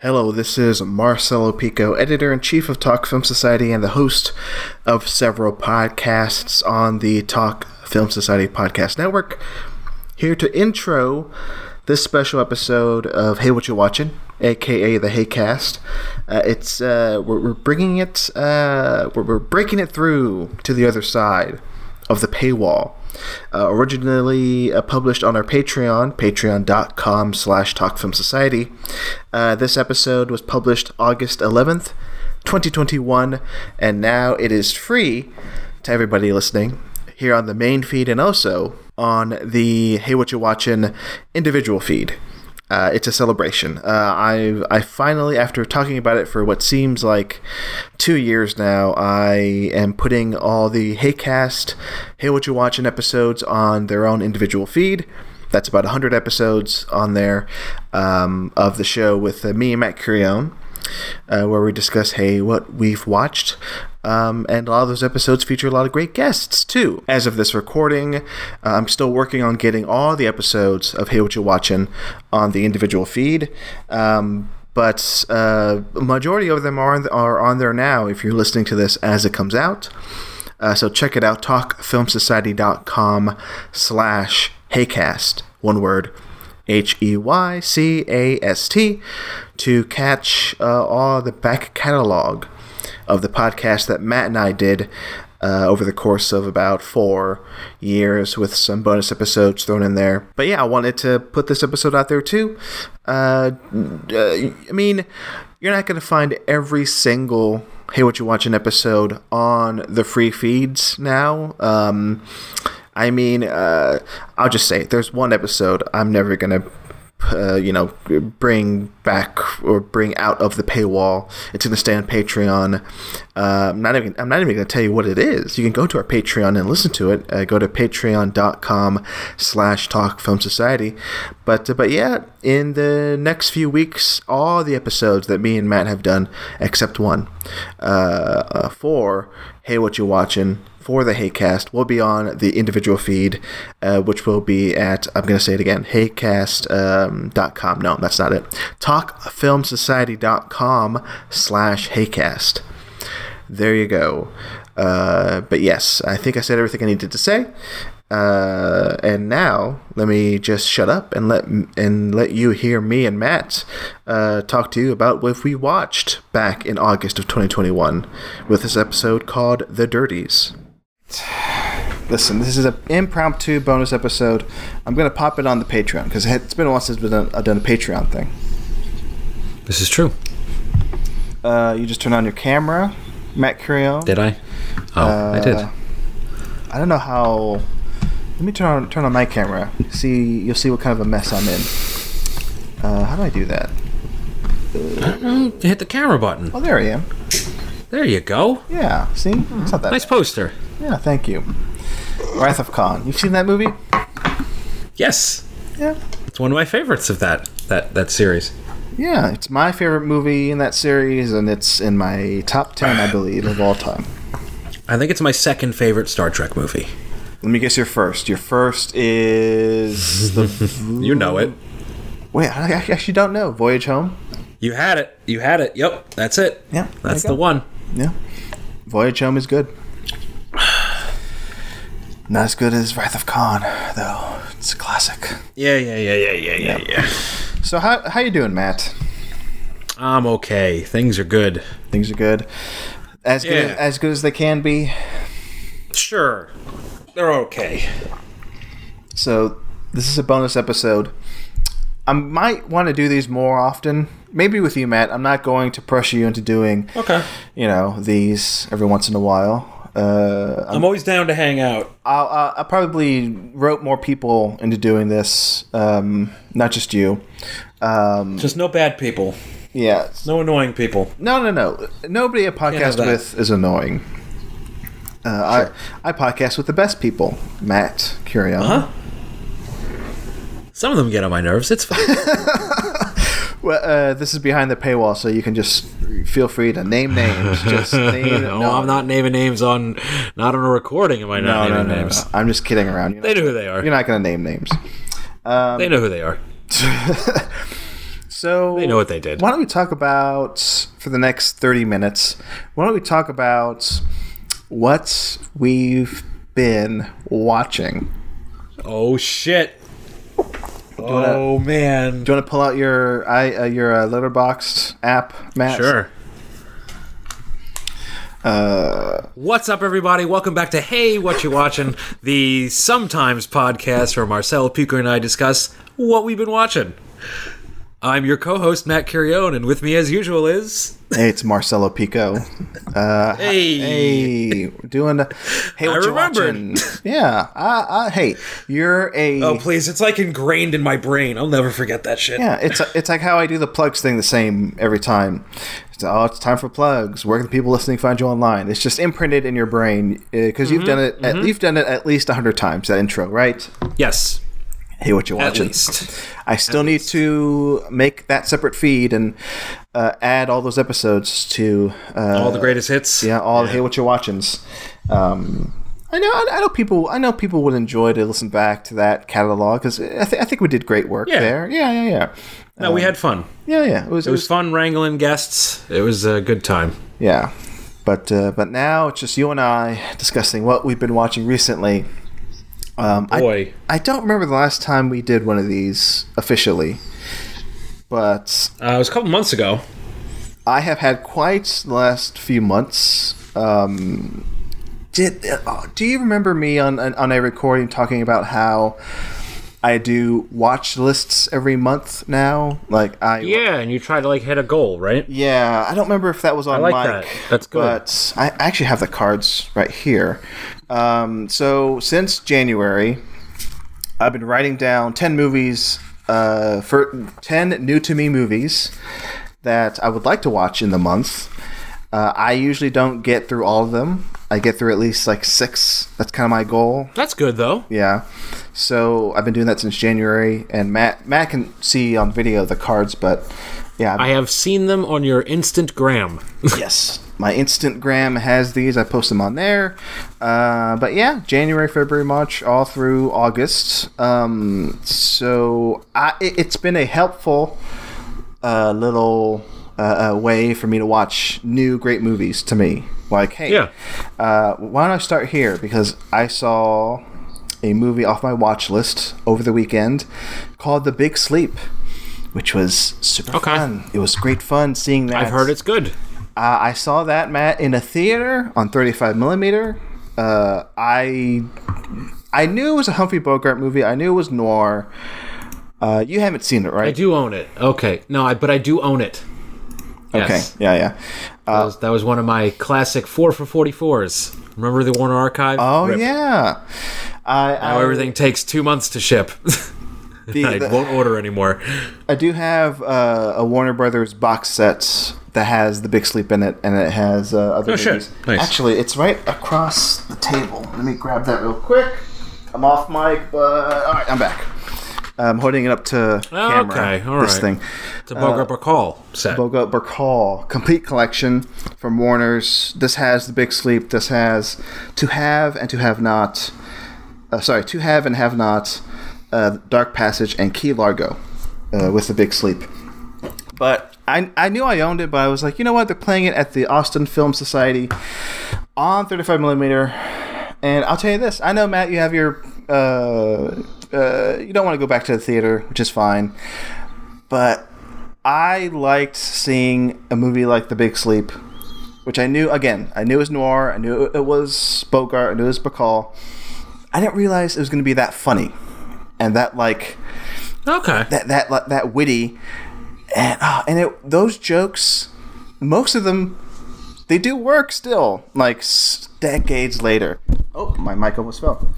Hello, this is Marcelo Pico, editor in chief of Talk Film Society and the host of several podcasts on the Talk Film Society Podcast Network. Here to intro this special episode of Hey What You Watching, aka the Heycast. Uh, it's uh, we're, we're bringing it, uh, we're, we're breaking it through to the other side of the paywall. Uh, originally uh, published on our Patreon, patreon.com slash talkfilmsociety. Uh, this episode was published August 11th, 2021, and now it is free to everybody listening here on the main feed and also on the Hey What You Watchin' individual feed. Uh, it's a celebration. Uh, I I finally, after talking about it for what seems like two years now, I am putting all the HeyCast, Hey What You Watching episodes on their own individual feed. That's about 100 episodes on there um, of the show with uh, me and Matt Curione, uh, where we discuss, hey, what we've watched. Um, and a lot of those episodes feature a lot of great guests, too. As of this recording, uh, I'm still working on getting all the episodes of Hey What You're Watching on the individual feed. Um, but uh, majority of them are on, are on there now if you're listening to this as it comes out. Uh, so check it out, talkfilmsociety.com slash heycast, one word, E H-E-Y-C-A-S-T, to catch uh, all the back catalog of the podcast that Matt and I did uh, over the course of about four years with some bonus episodes thrown in there. But yeah, I wanted to put this episode out there too. Uh, uh, I mean, you're not going to find every single Hey What You Watching episode on the free feeds now. Um, I mean, uh, I'll just say it. there's one episode I'm never going to uh, you know, bring back or bring out of the paywall. It's going to stay on Patreon. Uh, I'm not even. I'm not even going to tell you what it is. You can go to our Patreon and listen to it. Uh, go to patreon.com/slash Talk Film Society. But uh, but yeah, in the next few weeks, all the episodes that me and Matt have done, except one, uh, uh, for Hey What You Watching for the Haycast will be on the individual feed, uh, which will be at, I'm going to say it again, heycast.com. dot com. no, that's not it. Talkfilmsociety.com slash Haycast. There you go. Uh, but yes, I think I said everything I needed to say. Uh, and now let me just shut up and let and let you hear me and Matt uh, talk to you about what we watched back in August of 2021 with this episode called "The Dirties." Listen, this is an impromptu bonus episode. I'm gonna pop it on the Patreon because it's been a while since we've done, I've done a Patreon thing. This is true. Uh, you just turn on your camera, Matt Curio. Did I? Oh, I did. Uh, I don't know how. Let me turn on, turn on my camera. See, you'll see what kind of a mess I'm in. Uh, how do I do that? Mm, Hit the camera button. Oh, there I am. There you go. Yeah, see, it's not that. Mm-hmm. Nice poster. Yeah, thank you. Wrath of Khan. You've seen that movie? Yes, Yeah. it's one of my favorites of that that that series. Yeah, it's my favorite movie in that series, and it's in my top ten, I believe, of all time. I think it's my second favorite Star Trek movie. Let me guess your first. Your first is the You know it. Mm. wait. I I actually don't know. Voyage Home. You had it. You had it. Yep, that's it. Yeah, there that's you go. the one. Yeah. Voyage Home is good. Not as good as Wrath of Khan, though. It's a classic. Yeah, yeah, yeah, yeah, yeah, yeah, yeah. So how how you doing, Matt? I'm okay. Things are good. Things are good. As good Yeah. as good as they can be. Sure, they're okay. So this is a bonus episode. I might want to do these more often. Maybe with you, Matt. I'm not going to pressure you into doing, Okay. you know, these every once in a while. Uh, I'm always down to hang out. I'll, I'll, I probably wrote more people into doing this, um, not just you. Um, Just no bad people. yeah. No annoying people. No, no, no. Nobody I podcast that. with is annoying. Uh, I, I podcast with the best people, Matt Curio. Huh? Some of them get on my nerves. It's fine. Well, uh, this is behind the paywall, so you can just feel free to name names. Just name, no, I'm not naming names on not on a recording. Am I No, not no, naming no, names? no. I'm just kidding around. You're They not, know who they are. you're not gonna name names. they know who they are. So They know what they did. Why don't we talk about for the next thirty minutes? Why don't we talk about what we've been watching? Oh shit. Oh man. Do you want to pull out your i uh, your uh, letterboxed app, Matt? Sure. Uh, What's up, everybody? Welcome back to Hey, What You Watching, the sometimes podcast where Marcel Pico and I discuss what we've been watching. I'm your co-host Matt Curione, and with me, as usual, is Hey, it's Marcelo Pico. Uh, Hey. hey, we're doing. Hey, I what you remembered. watching? Yeah, I, I, hey, you're a. Oh, please! It's like ingrained in my brain. I'll never forget that shit. Yeah, it's it's like how I do the plugs thing the same every time. It's, oh, it's time for plugs. Where can people listening find you online? It's just imprinted in your brain because you've done it. Mm-hmm, At, you've done it at least hundred times. That intro, right? Yes, Hey, what you at watching? least. I still need to make that separate feed and uh, add all those episodes to uh, All the greatest hits. yeah, all the hey, what you watchings. Um, I know, I, I know people. I know people would enjoy to listen back to that catalog because I, th- I think we did great work Yeah. there. Yeah, yeah, yeah, No, we had fun. yeah, yeah. It was, it It was was, fun wrangling guests. It was a good time. yeah. But uh, but now it's just you and I discussing what we've been watching recently. Um, I- Boy. I, don't remember the last time we did one of these officially, but Uh, it was a couple months ago. I have had quite the last few months. Um, did uh, do you remember me on on on a recording talking about how I do watch lists every month now? Like I Yeah, and you try to like hit a goal, right? Yeah, I don't remember if that was on like mic. that. That's good. But I actually have the cards right here. Um, so since January, I've been writing down ten movies, uh, for ten new to me movies that I would like to watch in the month. Uh, I usually don't get through all of them. I get through at least like six. That's kind of my goal. That's good though. Yeah. So I've been doing that since January, and Matt Matt can see on video the cards, but yeah, I've I have seen them on your instant gram. yes my instantgram has these i post them on there uh, but yeah january february march all through august um, so I, it, it's been a helpful uh, little uh, uh, way for me to watch new great movies to me like hey Yeah. uh, why don't i start here because i saw a movie off my watch list over the weekend called the big sleep which was super Okay. fun it was great fun seeing that I've heard it's good. uh, I saw that Matt in a theater on 35 millimeter. Uh, I I knew it was a Humphrey Bogart movie. I knew it was noir. Uh, you haven't seen it, I right? do own it. Okay, no, I, but I do own it. Yes. Okay. uh, Yeah, yeah. that, was, that was one of my classic four for forty fours. Remember the Warner Archive? Oh Rip. yeah. I, I Now everything takes two months to ship. the- I the- won't order anymore. I do have uh, a Warner Brothers box set that has The Big Sleep in it, and it has uh, other Oh, shit. movies. Nice. Actually, it's right across the table. Let me grab that real quick. I'm off mic, but all right, I'm back. I'm holding it up to Oh, camera. okay, all this right. thing. It's a Bogart Bacall Uh, set. Boga Bacall, complete collection from Warner's. This has The Big Sleep. This has To Have and To Have Not. Uh, sorry, To Have and Have Not, uh, Dark Passage, and Key Largo uh, with The Big Sleep. But I, I knew I owned it, but I was like, you know what? They're playing it at the Austin Film Society on 35 millimeter. And I'll tell you this: I know Matt, you have your, uh, uh, you don't want to go back to the theater, which is fine. But I liked seeing a movie like The Big Sleep, which I knew again, I knew it was noir, I knew it was Bogart, I knew it was Bacall. I didn't realize it was going to be that funny, and that like okay. that that like, that witty, and ah, and it, those jokes, most of them, they do work still. Like s- decades later. Oh, my mic almost fell.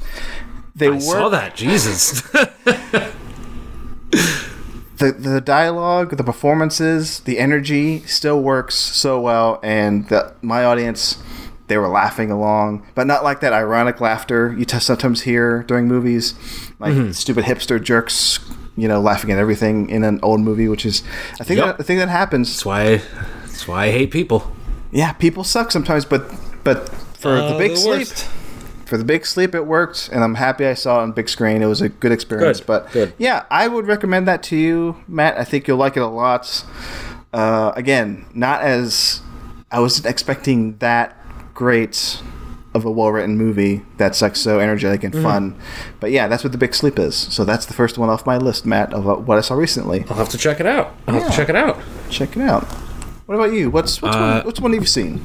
They I work. saw that. Jesus. The the dialogue, the performances, the energy still works so well, and the, my audience. They were laughing along, but not like that ironic laughter you t- sometimes hear during movies, like stupid hipster jerks, you know, laughing at everything in an old movie, which is, I think, Yep. that, I think that happens. that's why. That's why I hate people. Uh, Uh, yeah, people suck sometimes, but but for the big sleep, for the big sleep, it worked, and I'm happy I saw it on big screen. It was a good experience. Good, but good. yeah, I would recommend that to you, Matt. I think you'll like it a lot. Uh, again, not as I wasn't expecting that great of a well-written movie that's like so energetic Mm-hmm. and fun. But yeah, that's what the big sleep is. So that's the first one off my list, Matt, of uh, what I saw recently. I'll have to check it out. I'll have to check it out. Check it out. What about you? What's what's, Uh, one, what's one you've seen?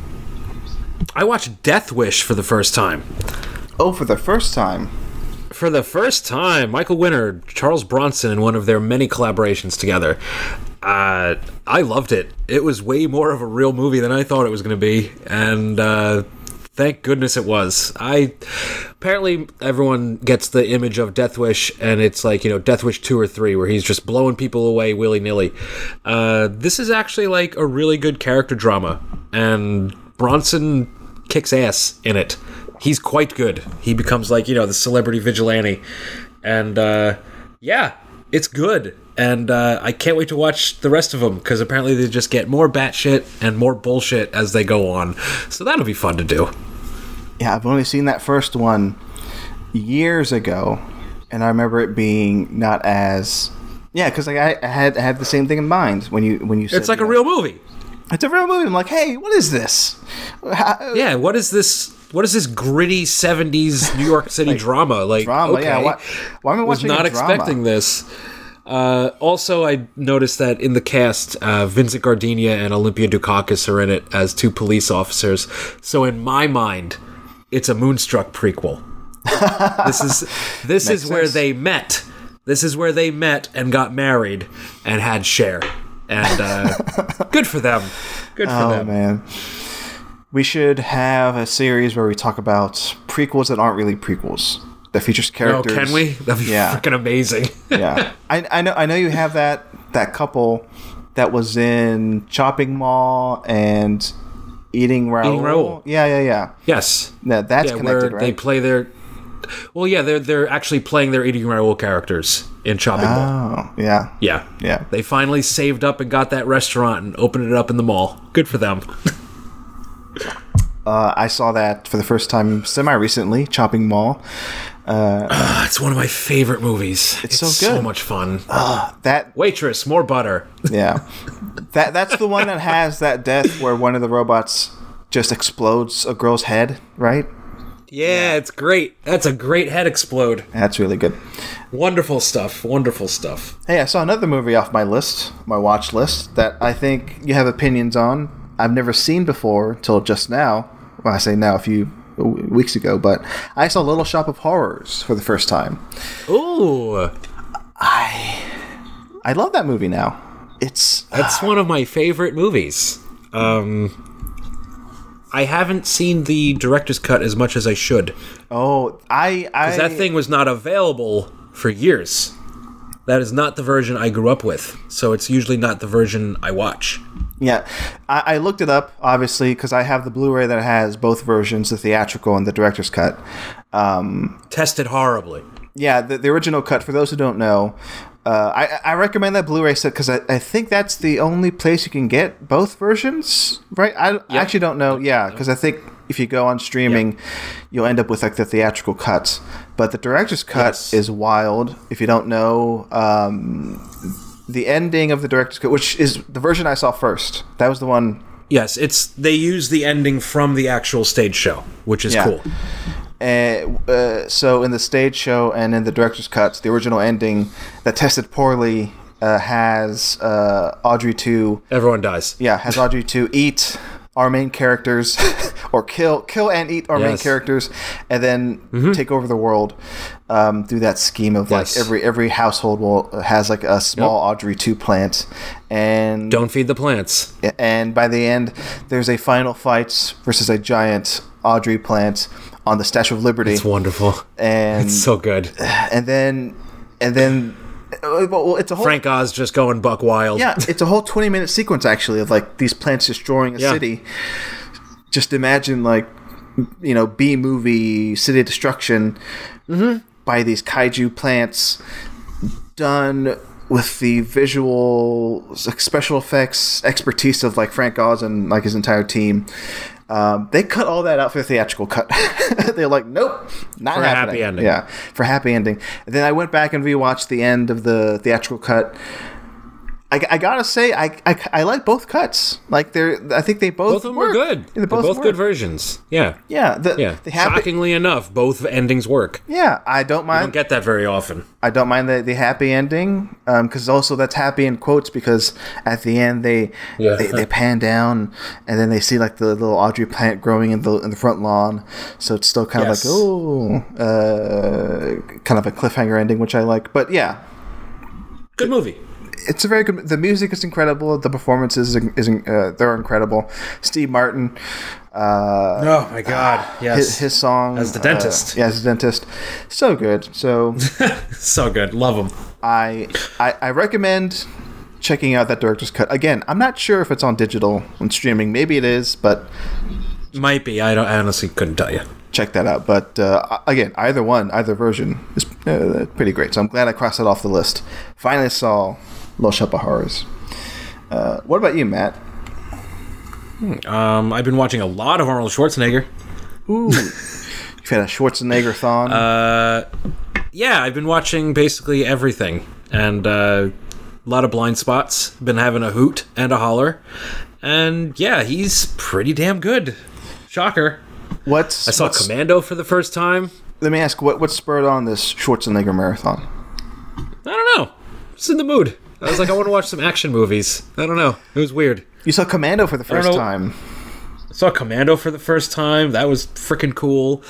I watched Death Wish for the first time. Oh, for the first time. For the first time, Michael Winner, Charles Bronson, in one of their many collaborations together. Uh, I loved it. It was way more of a real movie than I thought it was going to be, and uh, thank goodness it was. I apparently everyone gets the image of Death Wish, and it's like you know Death Wish two or three, where he's just blowing people away willy nilly. Uh, this is actually like a really good character drama, and Bronson kicks ass in it. He's quite good. He becomes like you know the celebrity vigilante, and uh, yeah, it's good. And uh, I can't wait to watch the rest of them because apparently they just get more batshit and more bullshit as they go on. So that'll be fun to do. Yeah, I've only seen that first one years ago, and I remember it being not as yeah, because like I, I had I had the same thing in mind when you when you said It's like a that. real movie. it's a real movie. I'm like, hey, what is this? How- Yeah. What is this? What is this gritty '70s New York City drama? Like drama, yeah. okay. Why, why am I was watching not a drama? expecting this. Uh, also, I noticed that in the cast, uh, Vincent Gardenia and Olympia Dukakis are in it as two police officers. So in my mind, it's a Moonstruck prequel. this is this is where sense. they met. This is where they met and got married and had Cher. And uh, good for them. Good for Oh them. man, we should have a series where we talk about prequels that aren't really prequels that features Oh, characters. can we? That'd be Yeah. freaking amazing. yeah, I, I know. I know you have that that couple that was in Chopping Mall and Eating Raoul. Eating Raoul. Yeah, yeah, yeah. yes. No, that's Yeah, connected, where right? they play their. Well, yeah, they're they're actually playing their eating Raoul characters in Chopping Mall. oh, yeah, Yeah, yeah. They finally saved up and got that restaurant and opened it up in the mall. Good for them. Uh, I saw that for the first time semi recently. Chopping Mall. it's one of my favorite movies. It's, so good. Ah. much fun. That Waitress, more butter. yeah, that that's the one that has that death where one of the robots just explodes a girl's head, right? Yeah, it's great. That's a great head explode. That's really good. Wonderful stuff. Wonderful stuff. Hey, I saw another movie off my list, my watch list, that I think you have opinions on. I've never seen before until just now. Well, I say now a few w- weeks ago, but I saw Little Shop of Horrors for the first time. Ooh, I love that movie now. It's that's one of my favorite movies. Um, I haven't seen the director's cut as much as I should. oh, I I that thing was not available for years. That is not the version I grew up with, so it's usually not the version I watch. yeah. I, I looked it up obviously because I have the Blu-ray that has both versions, the theatrical and the director's cut. Tested horribly. yeah, the, the original cut. For those who don't know, uh, I, I recommend that Blu-ray set because I, I think that's the only place you can get both versions, right? I, I actually don't know. Yeah, because I think if you go on streaming, you'll end up with like the theatrical cut, but the director's cut Yes. is wild. If you don't know. Um, the ending of the director's cut, which is the version I saw first, that was the one Yes, it's they use the ending from the actual stage show, which is Yeah. cool. And, uh, so in the stage show and in the director's cuts, the original ending that tested poorly uh, has uh, Audrey two. Everyone dies. Yeah, has Audrey two eat our main characters, or kill kill and eat our main Yes. Mm-hmm. characters, and then take over the world um, through that scheme of Yes. like every every household will has like a small Audrey two plant, and Don't feed the plants. and by the end, there's a final fight versus a giant Audrey plant on the Statue of Liberty It's wonderful. and It's so good. and then and then uh, well, it's a whole Frank Oz just going buck wild. yeah, it's a whole twenty minute sequence actually of like these plants destroying a Yeah. city. Just imagine like you know B movie city destruction Mm-hmm. by these kaiju plants done with the visual like, special effects expertise of like Frank Oz and like his entire team. Um, they cut all that out for the theatrical cut. They're like, nope, not For a happy happening. ending. Yeah, for a happy ending. And then I went back and rewatched the end of the theatrical cut. I, I gotta say, I, I, I like both cuts. Like they're, I think they both Both of them were work. good. Yeah, They're both, work. good versions. Yeah. yeah, the, Yeah. The happy, Shockingly enough, both endings work. Yeah, I don't I don't mind. get that very often. I don't mind the, the happy ending because also that's happy in quotes because at the end they, Yeah. they they pan down and then they see like the little Audrey plant growing in the in the front lawn, so it's still kind Yes. of like oh, uh, kind of a cliffhanger ending, which I like. But yeah, Good movie. it's a very good. The music is incredible. The performances is, is uh, they're incredible. Steve Martin. Uh, Oh my god. His, his song As the uh, dentist. yeah, as the dentist, so good. So so good. Love him. I, I I recommend checking out that director's cut. Again, I'm not sure if it's on digital and streaming. Maybe it is, but Might be. I don't. I honestly couldn't tell you. check that out. But uh, again, either one, either version is uh, pretty great. So I'm glad I crossed that off the list. Finally saw Los Shop of Horrors. Uh, what about you, Matt? Um, I've been watching a lot of Arnold Schwarzenegger. Ooh, you've had a Schwarzenegger thon. Uh, Yeah, I've been watching basically everything, and uh, a lot of blind spots. Been having a hoot and a holler, and yeah, he's pretty damn good. Shocker. what's I saw what's- Commando for the first time. Let me ask, what what spurred on this Schwarzenegger marathon? I don't know. Just in the mood. I was like, I want to watch some action movies. I don't know. It was weird. You saw Commando for the first know. time. saw Commando for the first time. That was freaking cool.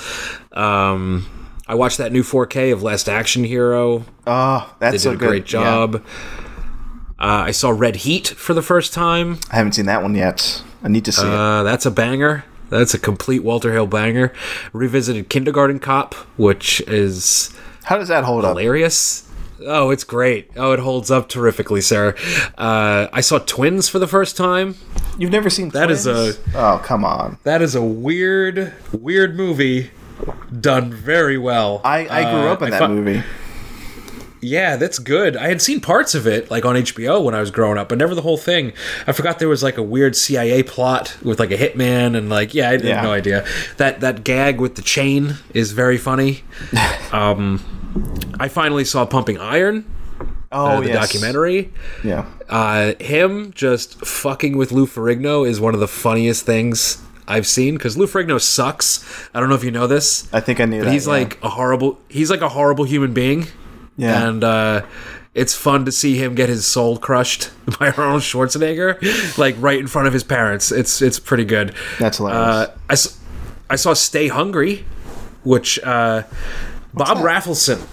Um, I watched that new 4K of Last Action Hero. Oh, They that's did so a good. great Yeah. job. Uh, I saw Red Heat for the first time. I haven't seen that one yet. I need to see it. Uh, that's a banger. That's a complete Walter Hill banger. Revisited Kindergarten Cop, which is How does that hold up? hilarious. Oh, it's great. Oh, it holds up terrifically, Sarah. Uh, I saw Twins for the first time. You've never seen That is a- oh come on. That is a weird, weird movie done very well. I, I grew Uh, up in I that fu- movie. Yeah, that's good. I had seen parts of it, like on HBO when I was growing up, but never the whole thing. I forgot there was like a weird CIA plot with like a hitman and like yeah, I had Yeah. no idea. That that gag with the chain is very funny. um, I finally saw Pumping Iron, Oh uh, the yes. documentary. Yeah. Uh, him just fucking with Lou Ferrigno is one of the funniest things I've seen because Lou Ferrigno sucks. I don't know if you know this. I think I knew that. he's yeah. like a horrible. He's like a horrible human being. Yeah. And uh, it's fun to see him get his soul crushed by Arnold Schwarzenegger, like right in front of his parents. It's it's pretty good. That's hilarious. Uh, I, s- I saw Stay Hungry, which uh, Bob Raffleson.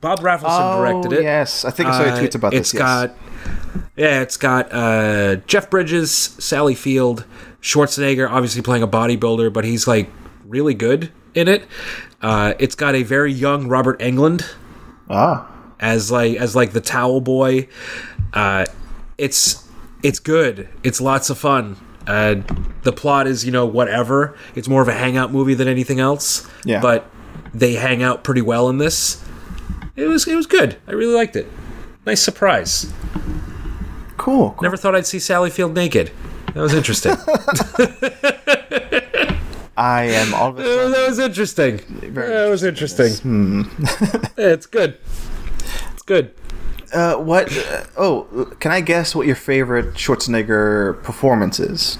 Bob Raffleson Oh, directed it. Yes. I think I saw your Uh, tweets about it's this. yes. got yeah, it's got uh, Jeff Bridges, Sally Field, Schwarzenegger, obviously playing a bodybuilder, but he's like really good in it. Uh, it's got a very young Robert Englund ah. as like as like the towel boy. Uh, it's it's good. It's lots of fun. Uh, the plot is you know whatever. It's more of a hangout movie than anything else. Yeah. But they hang out pretty well in this. It was it was good. I really liked it. Nice surprise. Cool. cool. Never thought I'd see Sally Field naked. That was interesting. I am all of a sudden. that was interesting. that was interesting. Yeah, it's good. It's good. Uh, what? Uh, oh, can I guess what your favorite Schwarzenegger performance is?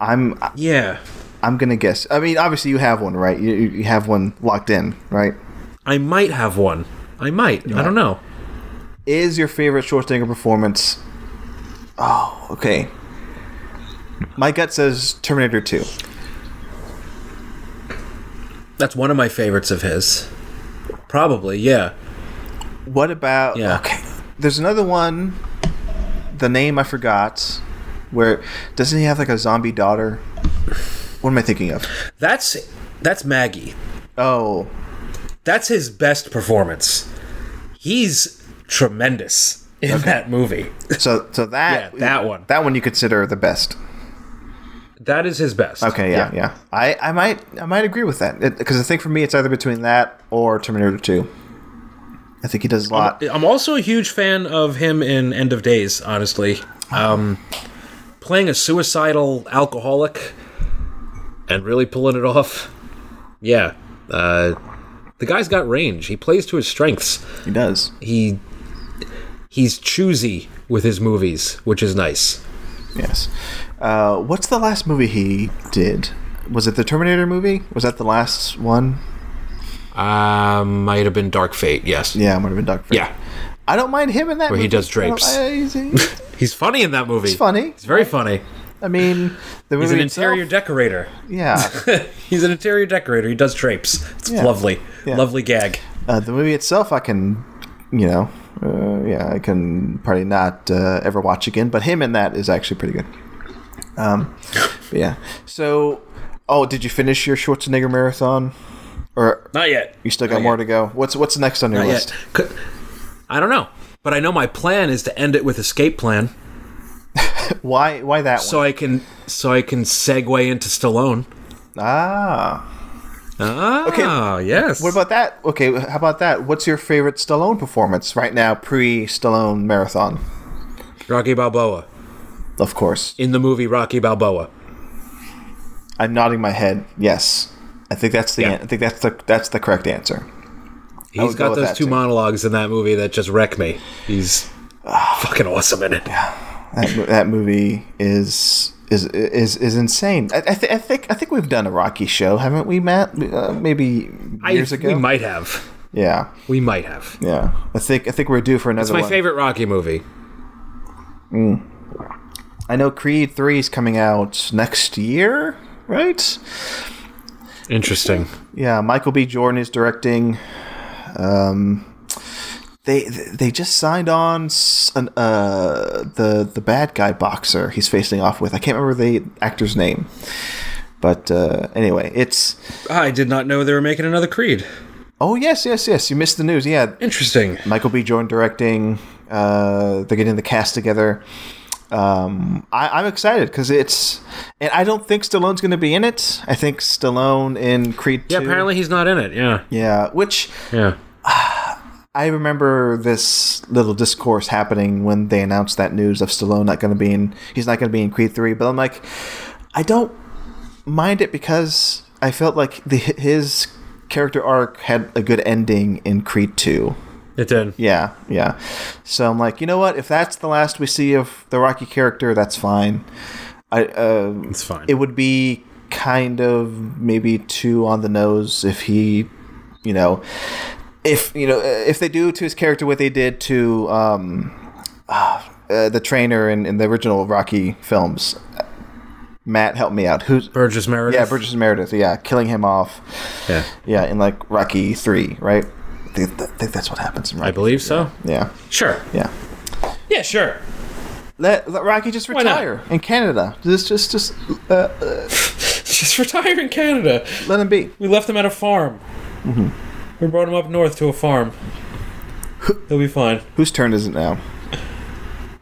I'm I- Yeah. I'm gonna guess. I mean, obviously you have one, right? You you you have one locked in, right? I might have one. I might. I don't know. is your favorite Schwarzenegger performance? Oh, okay. My gut says Terminator 2. That's one of my favorites of his. Probably, yeah. What about Yeah. Okay. There's another one the name I forgot where doesn't he have like a zombie daughter? What am I thinking of? That's that's Maggie. Oh, That's his best performance. He's tremendous in that movie. so so that Yeah, that one. That one you consider the best. That is his best. Okay, yeah, yeah. I, I might I might agree with that because I think for me it's either between that or Terminator 2. I think he does a Oh, lot. I'm also a huge fan of him in End of Days, honestly. Um, playing a suicidal alcoholic and really pulling it off. Yeah. Uh, the guy's got range. He plays to his strengths. He does. He he's choosy with his movies, which is nice. Yes. Uh, what's the last movie he did? Was it the Terminator movie? Was that the last one? Uh, might have been Dark Fate. Yes. Yeah, it might have been Dark Fate. Yeah. I don't mind him in that. Where he movie. does I don't- drapes. I, he's- He's funny in that movie. He's funny. He's very funny. I mean, the movie He's an itself- interior decorator. Yeah, He's an interior decorator. He does drapes. It's Yeah. lovely. Yeah. Lovely gag. uh, the movie itself, I can, you know, uh, yeah, I can probably not uh, ever watch again. But him in that is actually pretty good. Um, but yeah. So, oh, did you finish your Schwarzenegger marathon, or Not yet. you still got Not more yet. to go? What's what's next on your Not list? yet. Could- I don't know. But I know my plan is to end it with escape plan Why why that so I can so I can segue into Stallone. one? Ah, Ah, okay. yes. what about that? Okay, how about that? What's your favorite Stallone performance right now, pre Stallone marathon? Rocky Balboa Of course, in the movie Rocky Balboa? I'm nodding my head. Yes, I think that's the Yeah. an- I think that's the that's the correct answer. He's would go got with those that, two too. monologues in that movie that just wreck me. He's fucking awesome in it. That, mo- that movie is is is is insane. I, I, th- I think I think we've done a Rocky show, haven't we, Matt? Uh, maybe years I- ago. We might have. Yeah, We might have. yeah. I think I think we're due for another. It's my one. favorite Rocky movie. I know Creed Three is coming out next year, right? Interesting. Yeah, Michael B. Jordan is directing. Um, they they just signed on s- an, uh, the the bad guy boxer he's facing off with. I can't remember the actor's name, but uh, anyway, it's I did not know they were making another Creed. oh yes yes yes you missed the news. Yeah, Interesting. Michael B. Jordan directing. Uh, they're getting the cast together. Um, I, I'm excited because it's, and I don't think Stallone's going to be in it. I think Stallone in Creed. Yeah, 2, apparently he's not in it. Yeah. Yeah, which Yeah. I remember this little discourse happening when they announced that news of Stallone not going to be in. He's not going to be in Creed three. But I'm like, I don't mind it because I felt like the, his character arc had a good ending in Creed two. It did. Yeah, yeah. So I'm like, you know what? If that's the last we see of the Rocky character, that's fine. I uh, It's fine. it would be kind of maybe too on the nose if he, you know, if you know if they do to his character what they did to um, uh, the trainer in, in the original Rocky films. Matt, help me out. Who's Burgess Meredith. yeah, Burgess Meredith. Yeah, killing him off. Yeah. Yeah, in like Rocky three, right? I think, I think that's what happens in Rocky. I believe so. Yeah, Sure. yeah. Yeah, sure. Let, let Rocky just not? retire in Canada. Just, just, just uh, Just retire in Canada. let him be. We left him at a farm. Mm-hmm. We brought him up north to a farm. He'll be fine. Whose turn is it now?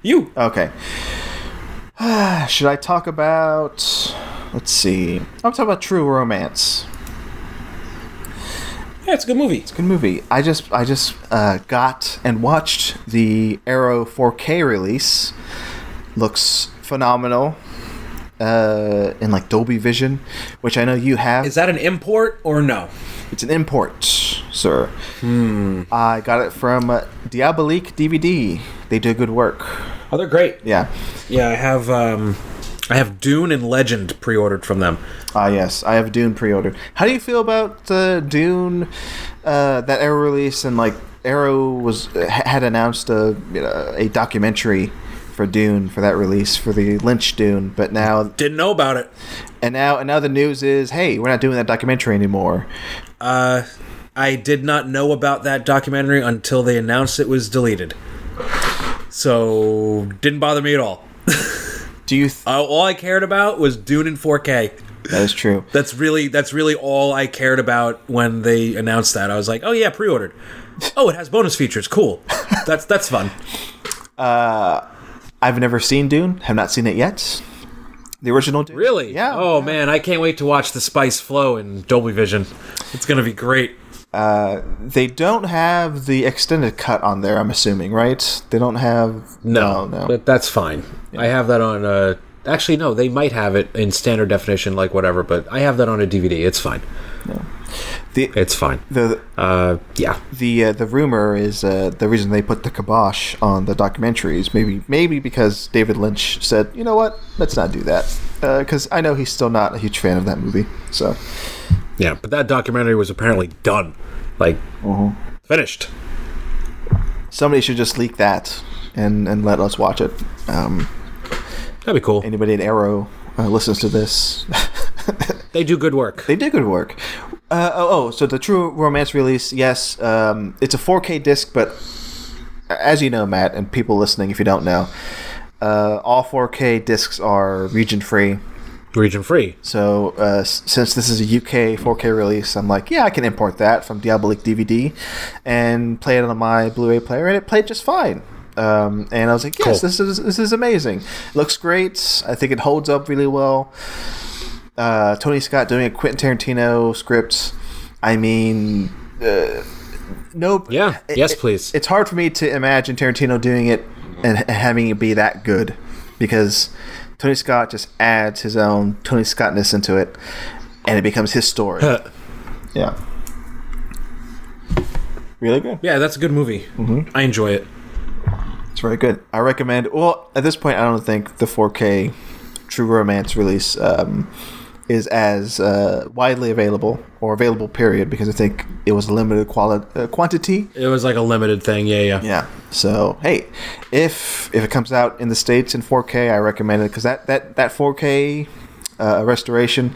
You. Okay. Should I talk about? Let's see. I'm talking about True Romance. Yeah, it's a good movie. Good movie. I just, I just uh, got and watched the Arrow 4K release. Looks phenomenal. Uh, in like Dolby Vision, which I know you have. Is that an import or no? It's an import, sir. Hmm. I got it from uh, Diabolique DVD. They do good work. Oh, they're great. Yeah. Yeah, I have um I have Dune and Legend pre-ordered from them. Ah, yes. I have Dune pre-ordered. How do you feel about uh, Dune? Uh, that Arrow release and like Arrow was ha- had announced a you know, a documentary for Dune for that release for the Lynch Dune, but now Didn't know about it. and now and now the news is hey we're not doing that documentary anymore. Uh I did not know about that documentary until they announced it was deleted. So didn't bother me at all. Do you? Th- Uh, all I cared about was Dune in 4K. that is true. That's really that's really all I cared about when they announced that. I was like, "Oh yeah, pre-ordered." Oh, it has bonus features. Cool. That's that's fun. I've never seen Dune. Have not seen it yet. The original Dune. Really? Yeah. Oh man, I can't wait to watch the spice flow in Dolby Vision. It's gonna be great. They don't have the extended cut on there. I'm assuming, right? They don't have. No, no. But that's fine. I have that on uh, Actually, no, they might have it in standard definition, like whatever. But I have that on a DVD. It's fine. The It's fine. the Uh, yeah. the uh, the rumor is uh, the reason they put the kibosh on the documentaries. Maybe maybe because David Lynch said, you know what, let's not do that. Because I know he's still not a huge fan of that movie. So Yeah, but that documentary was apparently done. Like, finished. somebody should just leak that and and let us watch it. Um, That'd be cool. anybody at Arrow uh, listens to this, They do good work. They did good work. Uh, oh, oh, so the True Romance release, yes, um, it's a 4K disc, but as you know, Matt, and people listening, if you don't know, uh, all 4K discs are region free. Region free. So uh, s- since this is a UK 4K release, I'm like, yeah, I can import that from Diabolic DVD and play it on my Blu-ray player, and it played just fine. Um, and I was like, yes, Cool. this is this is amazing. looks great. I think it holds up really well. Uh, Tony Scott doing a Quentin Tarantino script. I mean, uh, no. Yeah. it- yes, it- please. it's hard for me to imagine Tarantino doing it and h- having it be that good because Tony Scott just adds his own Tony Scottness into it and it becomes his story. yeah. Really good. yeah, that's a good movie. I enjoy it. It's very good. I recommend. Well, at this point, I don't think the 4K True Romance release um, is as uh, widely available or available, period, because I think it was a limited quali- uh, quantity. It was like a limited thing. Yeah, yeah. Yeah. So hey, if if it comes out in the states in 4K, I recommend it because that that that 4K uh, restoration,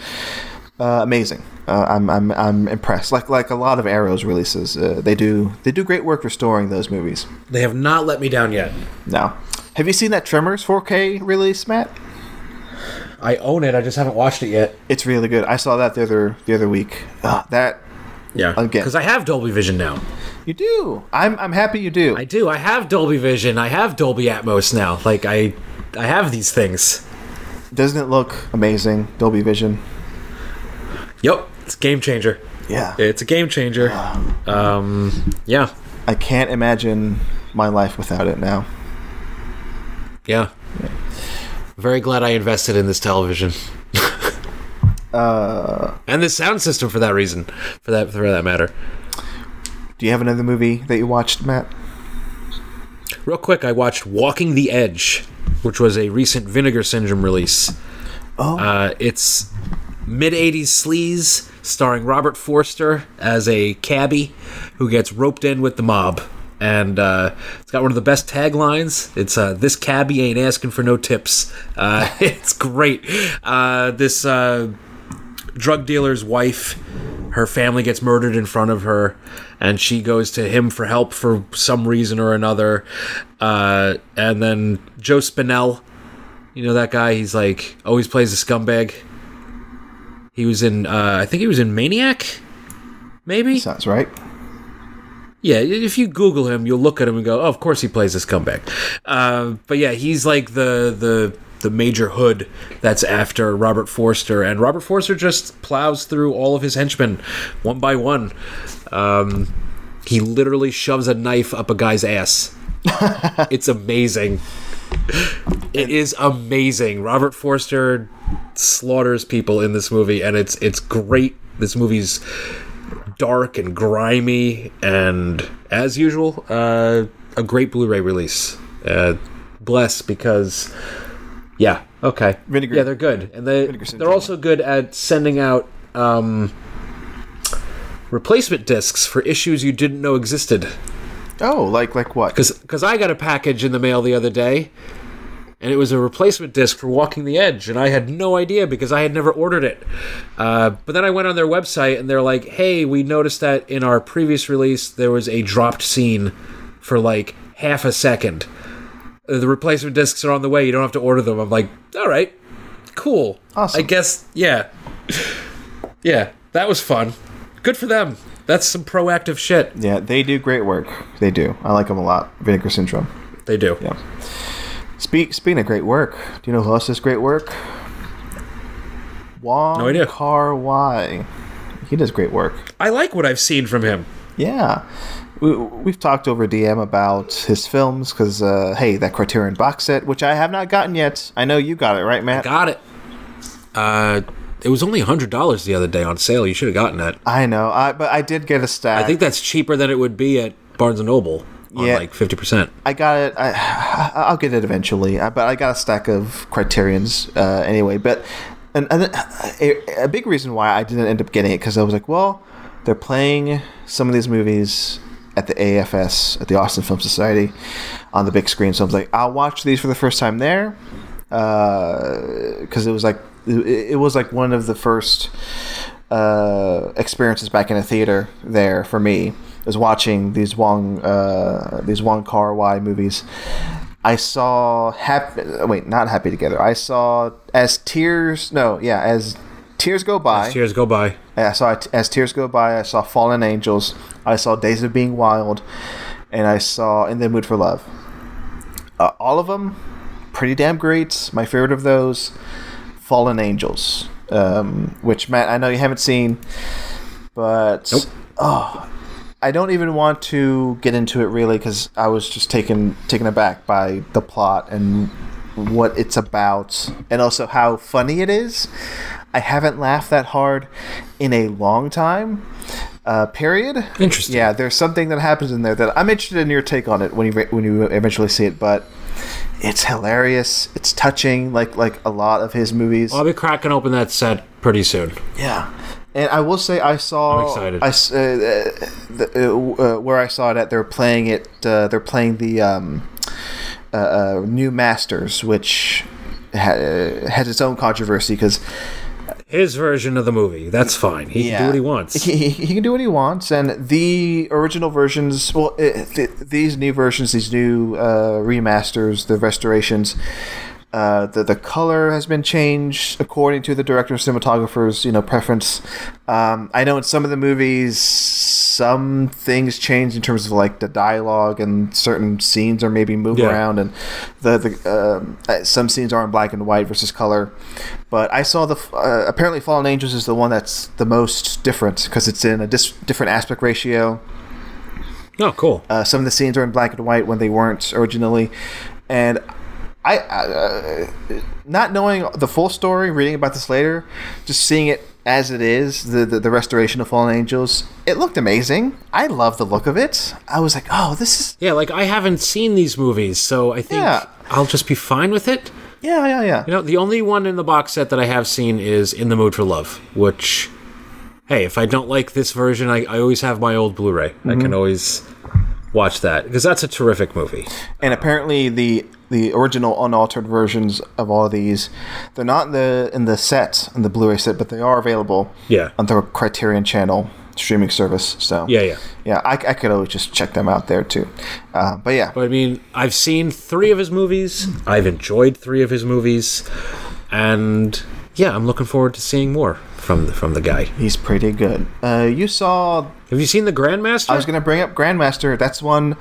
uh, amazing. Uh, I'm I'm I'm impressed. Like like a lot of Arrow's releases, uh, they do they do great work restoring those movies. They have not let me down yet. Now, have you seen that Tremors 4K release, Matt? I own it. I just haven't watched it yet. It's really good. I saw that the other the other week. Uh, that Yeah. Again. Because I have Dolby Vision now. you do. I'm I'm happy you do. I do. I have Dolby Vision. I have Dolby Atmos now. Like I, I have these things. Doesn't it look amazing? Dolby Vision. Yep. It's a game changer. Yeah. It's a game changer. Um. Yeah. I can't imagine my life without it now. Yeah. Very glad I invested in this television. and this sound system for that reason, for that for that matter. Do you have another movie that you watched, Matt? Real quick, I watched Walking the Edge, which was a recent Vinegar Syndrome release. Oh. Uh, it's mid 80s sleaze, starring Robert Forster as a cabbie who gets roped in with the mob. And uh, it's got one of the best taglines. It's uh, This cabbie ain't asking for no tips. Uh, it's great. Uh, this. Uh, drug dealer's wife. Her family gets murdered in front of her, and she goes to him for help for some reason or another. Uh, and then Joe Spinell, you know that guy? He's like always plays a scumbag. He was in, uh, I think he was in Maniac, maybe. Sounds right. Yeah, if you Google him, you'll look at him and go, "Oh, of course he plays this comeback." Uh, but yeah, he's like the the the major hood that's after Robert Forster, and Robert Forster just plows through all of his henchmen one by one. Um, he literally shoves a knife up a guy's ass. it's amazing. It is amazing. Robert Forster slaughters people in this movie, and it's it's great. This movie's dark and grimy, and as usual, uh, a great Blu-ray release. Uh, bless because, yeah, okay, Vinegar- Yeah, they're good, and they Syndrome. they're also good at sending out um, replacement discs for issues you didn't know existed. Oh, like like what? Because because I got a package in the mail the other day, and it was a replacement disc for Walking the Edge, and I had no idea because I had never ordered it. Uh, but then I went on their website, and they're like, "Hey, we noticed that in our previous release there was a dropped scene for like half a second. Uh, The replacement discs are on the way. You don't have to order them." I'm like, "All right, cool. Awesome. I guess yeah, yeah. That was fun. Good for them. That's some proactive shit. Yeah, they do great work. They do. I like them a lot. Vinegar Syndrome. They do." Yeah. Speak, speaking of great work, do you know who else does great work? Wong No idea. Kar Wai. He does great work. I like what I've seen from him. Yeah. we, we've talked over DM about his films because, uh, hey, that Criterion box set, which I have not gotten yet. I know you got it, right, Matt? Got it. Uh, it was only hundred dollars the other day on sale. You should have gotten it. I know, I, but I did get a stack. I think that's cheaper than it would be at Barnes and Noble on Yeah. like fifty percent. I got it. I, I'll get it eventually. I, but I got a stack of Criterion's uh, anyway. But and, and a, a big reason why I didn't end up getting it because I was like, well, they're playing some of these movies at the AFS at the Austin Film Society on the big screen. So I was like, I'll watch these for the first time there because Uh, it was like it, it was like one of the first uh, experiences back in a theater there for me is watching these Wong uh, these Wong Kar Wai movies. I saw happy wait not happy together. I saw as tears no yeah as tears go by. Years go by. I saw it- as tears go by. I saw Fallen Angels. I saw Days of Being Wild, and I saw In the Mood for Love. Uh, all of them, pretty damn great. My favorite of those, Fallen Angels, um, which Matt, I know you haven't seen, but oh, Nope. I don't even want to get into it really because I was just taken taken aback by the plot and what it's about, and also how funny it is. I haven't laughed that hard in a long time. Uh, period. Interesting. Yeah, there's something that happens in there that I'm interested in your take on it when you re- when you eventually see it, but it's hilarious. It's touching, like like a lot of his movies. I'll be cracking open that set pretty soon. Yeah, and I will say I saw. I'm excited. I s- uh, uh, the, uh, uh, where I saw it at, they're playing it. Uh, they're playing the um, uh, uh, new Masters, which ha- uh, has its own controversy because His version of the movie. That's fine. He can do Yeah. what he wants. he, he can do what he wants, and the original versions, well, uh, th- these new versions, these new uh, remasters, the restorations, uh, the the color has been changed according to the director and cinematographer's you know preference. Um, I know in some of the movies, some things change in terms of like the dialogue and certain scenes are maybe moved Yeah. around, and the the um, uh, some scenes are in black and white versus color. But I saw the uh, apparently Fallen Angels is the one that's the most different because it's in a dis- different aspect ratio. Oh, cool. Uh, some of the scenes are in black and white when they weren't originally, and I, I uh, not knowing the full story, reading about this later, just seeing it as it is, the, the the restoration of Fallen Angels, it looked amazing. I love the look of it. I was like, oh, this is Yeah, like I haven't seen these movies, so I think Yeah. I'll just be fine with it. yeah, yeah, yeah. You know, the only one in the box set that I have seen is In the Mood for Love, which, hey, if I don't like this version, I, I always have my old Blu ray. I Mm-hmm. can always watch that because that's a terrific movie. And apparently the the original unaltered versions of all these, they're not in the in the set in the Blu-ray set, but they are available. Yeah. On the Criterion Channel streaming service. So Yeah, yeah. yeah. I, I could always just check them out there too. Uh, but yeah, But I mean, I've seen three of his movies, I've enjoyed three of his movies, and yeah, I'm looking forward to seeing more from the, from the guy. he's pretty good. Uh, you saw Have you seen The Grandmaster? I was gonna bring up Grandmaster. That's one.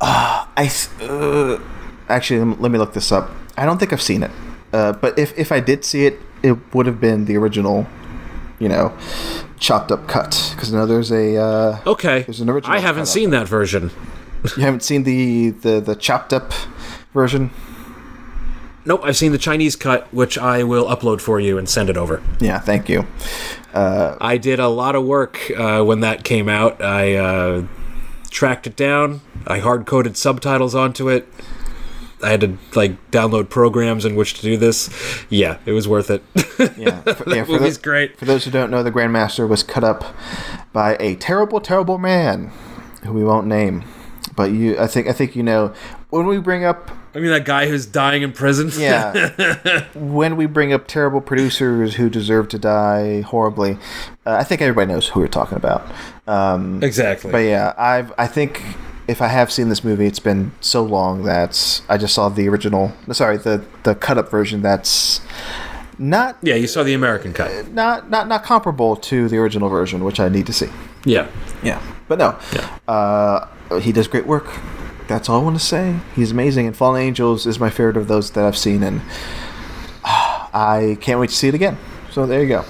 Uh, I th- uh, actually lem- let me look this up. I don't think I've seen it, uh, but if if I did see it, it would have been the original, you know, chopped up cut. Because now there's a uh, okay. there's an original I cut haven't out seen that version. you haven't seen the the the chopped up version. Nope, I've seen the Chinese cut, which I will upload for you and send it over. Yeah, thank you. I did a lot of work uh, when that came out. I uh, tracked it down. I hard coded subtitles onto it. I had to like download programs in which to do this. Yeah, it was worth it. Yeah, for, yeah, that for, movie's those, great. for those who don't know, the Grandmaster was cut up by a terrible, terrible man who we won't name. But you, I think, I think you know when we bring up I mean, that guy who's dying in prison. Yeah. when we bring up terrible producers who deserve to die horribly, uh, I think everybody knows who we're talking about. Um, exactly. but yeah, I've I think if I have seen this movie, it's been so long that I just saw the original. Sorry, the the cut up version. That's not yeah, you saw the American cut. not not not comparable to the original version, which I need to see. Yeah. Yeah, but no, uh, he does great work. That's all I want to say. He's amazing, and Fallen Angels is my favorite of those that I've seen, and ah, I can't wait to see it again. So there you go.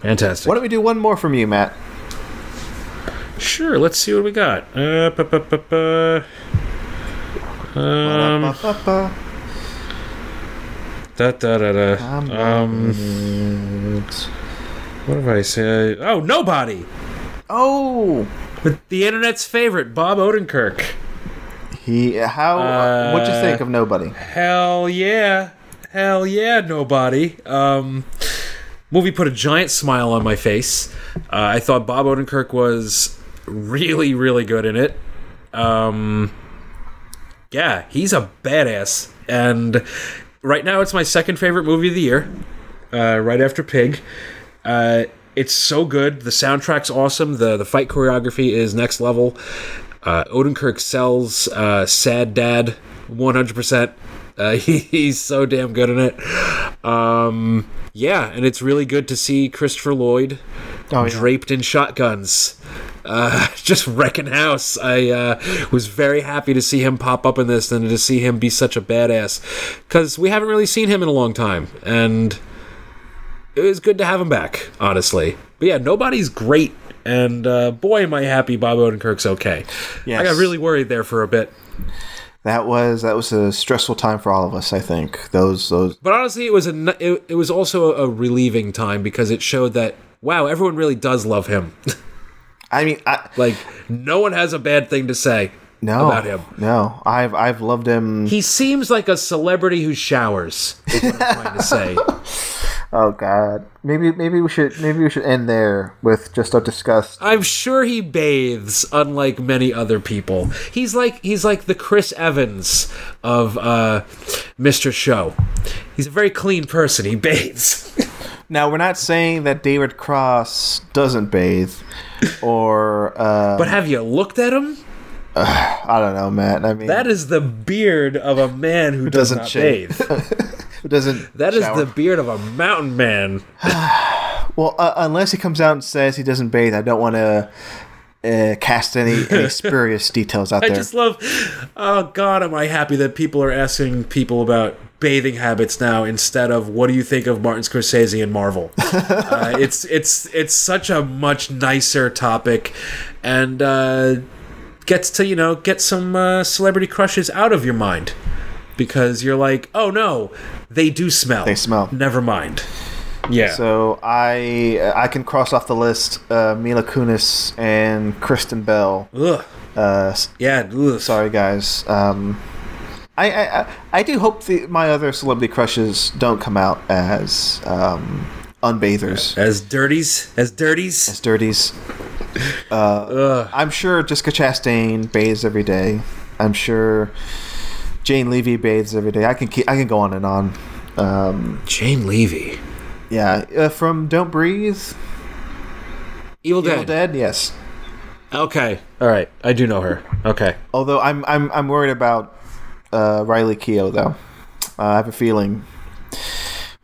Fantastic. Why don't we do one more from you, Matt? Sure, let's see what we got. Uh, pa, pa, pa, pa. Um, Ba-da-ba-ba-ba. da, da, da, I'm da. Um, not- what have I said? Oh, nobody. oh, But the internet's favorite, Bob Odenkirk. he. How? what'd you Uh, think of nobody? Hell yeah. Hell yeah, nobody. Um, movie put a giant smile on my face. Uh, I thought Bob Odenkirk was really, really good in it. Um, yeah, he's a badass. And right now, it's my second favorite movie of the year, uh, right after Pig. Uh, it's so good. The soundtrack's awesome. The, the fight choreography is next level. Uh, Odenkirk sells uh, Sad Dad 100%. Uh, he, he's so damn good in it. Um, yeah, and it's really good to see Christopher Lloyd Oh, yeah. draped in shotguns. Uh, just wrecking house. I uh, was very happy to see him pop up in this and to see him be such a badass because we haven't really seen him in a long time, and it was good to have him back, honestly. But yeah, nobody's great, and uh, boy, am I happy Bob Odenkirk's okay. Yes. I got really worried there for a bit, That was that was a stressful time for all of us. I think those those. but honestly, it was a n- it, it was also a relieving time because it showed that wow, everyone really does love him. I mean, I, like no one has a bad thing to say. no, about him. no. I've I've loved him. He seems like a celebrity who showers. Is what I'm trying to say. Oh God, maybe maybe we should maybe we should end there with just a disgust. I'm sure he bathes, unlike many other people. He's like he's like the Chris Evans of uh, Mr. Show. He's a very clean person. He bathes. Now we're not saying that David Cross doesn't bathe, or uh, But have you looked at him? I don't know, Matt. I mean, That is the beard of a man who does doesn't not shave. bathe. doesn't That is shower. the beard of a mountain man. Well, uh, unless he comes out and says he doesn't bathe, I don't want to uh, cast any, any spurious details out I there. just love. Oh God, am I happy that people are asking people about bathing habits now instead of what do you think of Martin Scorsese and Marvel? uh, it's it's it's such a much nicer topic, and uh, gets to you know get some uh, celebrity crushes out of your mind because you're like, oh no, they do smell. They smell. Never mind. Yeah. So I I can cross off the list uh, Mila Kunis and Kristen Bell. Ugh. Uh, s- Yeah. Ugh. sorry guys. Um, I, I I- I do hope the, my other celebrity crushes don't come out as um, unbathers. As dirties, as dirties. As dirties. Uh, Ugh. I'm sure Jessica Chastain bathes every day. I'm sure Jane Levy bathes every day. I can keep, I can go on and on. Um, Jane Levy. Yeah, uh, from Don't Breathe, Evil Dead. Evil Dead. Yes. Okay. All right. I do know her. Okay. Although I'm I'm I'm worried about uh, Riley Keough though. Uh, I have a feeling.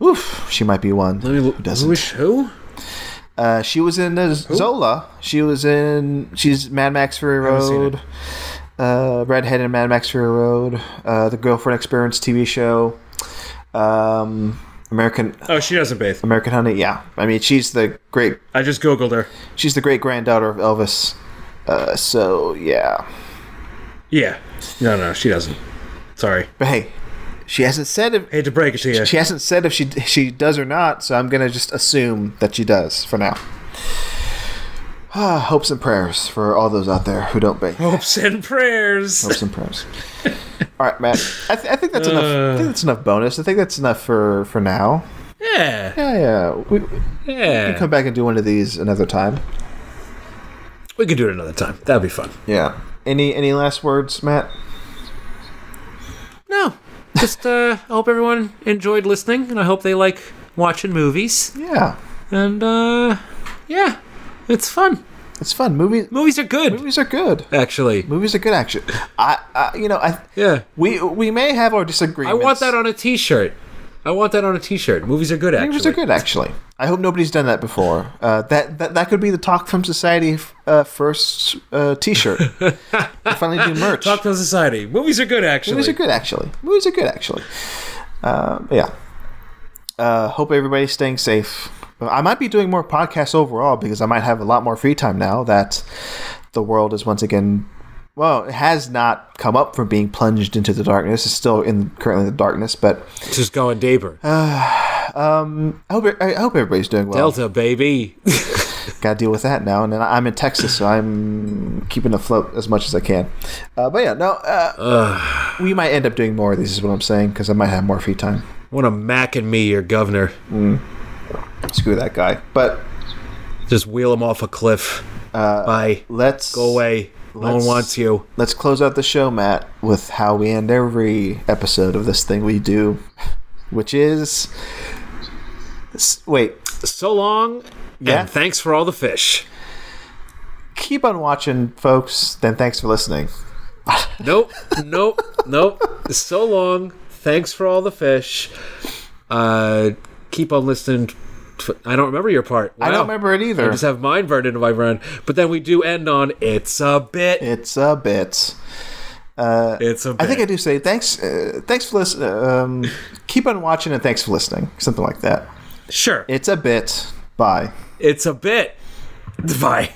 Oof, she might be one. me doesn't? Wish who? Uh, she was in uh, Zola. She was in. She's Mad Max Fury haven't seen it. Road. Uh, Redhead and Mad Max Fury Road. Uh, the Girlfriend Experience TV show. Um, American Oh, she doesn't bathe. American Honey. Yeah, I mean she's the great I just googled her. she's the great granddaughter of Elvis. Uh, so yeah. Yeah. No, no, she doesn't. Sorry. But hey, she hasn't said if Hate to break it to you. she hasn't said if she she does or not. So I'm gonna just assume that she does for now. Ah, hopes and prayers for all those out there who don't bake. Hopes and prayers. Hopes and prayers. All right, Matt. I, th- I think that's enough. I think that's enough bonus. I think that's enough for for now. Yeah. Yeah, yeah. We, we Yeah. come back and do one of these another time. We could do it another time. That'd be fun. Yeah. Any any last words, Matt? No. Just uh I hope everyone enjoyed listening and I hope they like watching movies. Yeah. And uh yeah. It's fun. It's fun. Movies Movies are good. movies are good. Actually. Movies are good action. I, I you know, I Yeah. we we may have our I disagreements. want that on a t shirt. I want that on a t shirt. Movies are good actually. Movies are good, actually. I hope nobody's done that before. Uh, that, that that could be the Talk from Society uh, first uh, T-shirt. we finally do merch. Talk to society. Movies are good actually. Movies are good, actually. Movies are good, actually. Um, yeah. Uh, hope everybody's staying safe. I might be doing more podcasts overall because I might have a lot more free time now that the world is once again well, it has not come up from being plunged into the darkness. It's still in currently in the darkness, but It's just going deeper. I hope I hope everybody's doing well. Delta, baby. Got to deal with that now, and then I'm in Texas, so I'm keeping afloat as much as I can. Uh, but yeah, no, uh, we might end up doing more of these. Is what I'm saying because I might have more free time. Want to mac and me, your governor. Screw that guy. But Just wheel him off a cliff. Bye. let's Go away. No one Uh, let's- wants you. Let's close out the show, Matt, with how we end every episode of this thing we do, which is s- wait, So long. Yeah. And thanks for all the fish. keep on watching, folks. Then thanks for listening. Nope. Nope. nope. So long. Thanks for all the fish. Uh, keep on listening. To, I don't remember your part. I Wow. don't remember it I either. just have mine burned into my brain. But then we do end on it's a bit. It's a bit. It's a bit. I think I do say thanks. Uh, thanks for listening. Um, keep on watching and thanks for listening. Something like that. sure. It's a bit. Bye. It's a bit. Bye.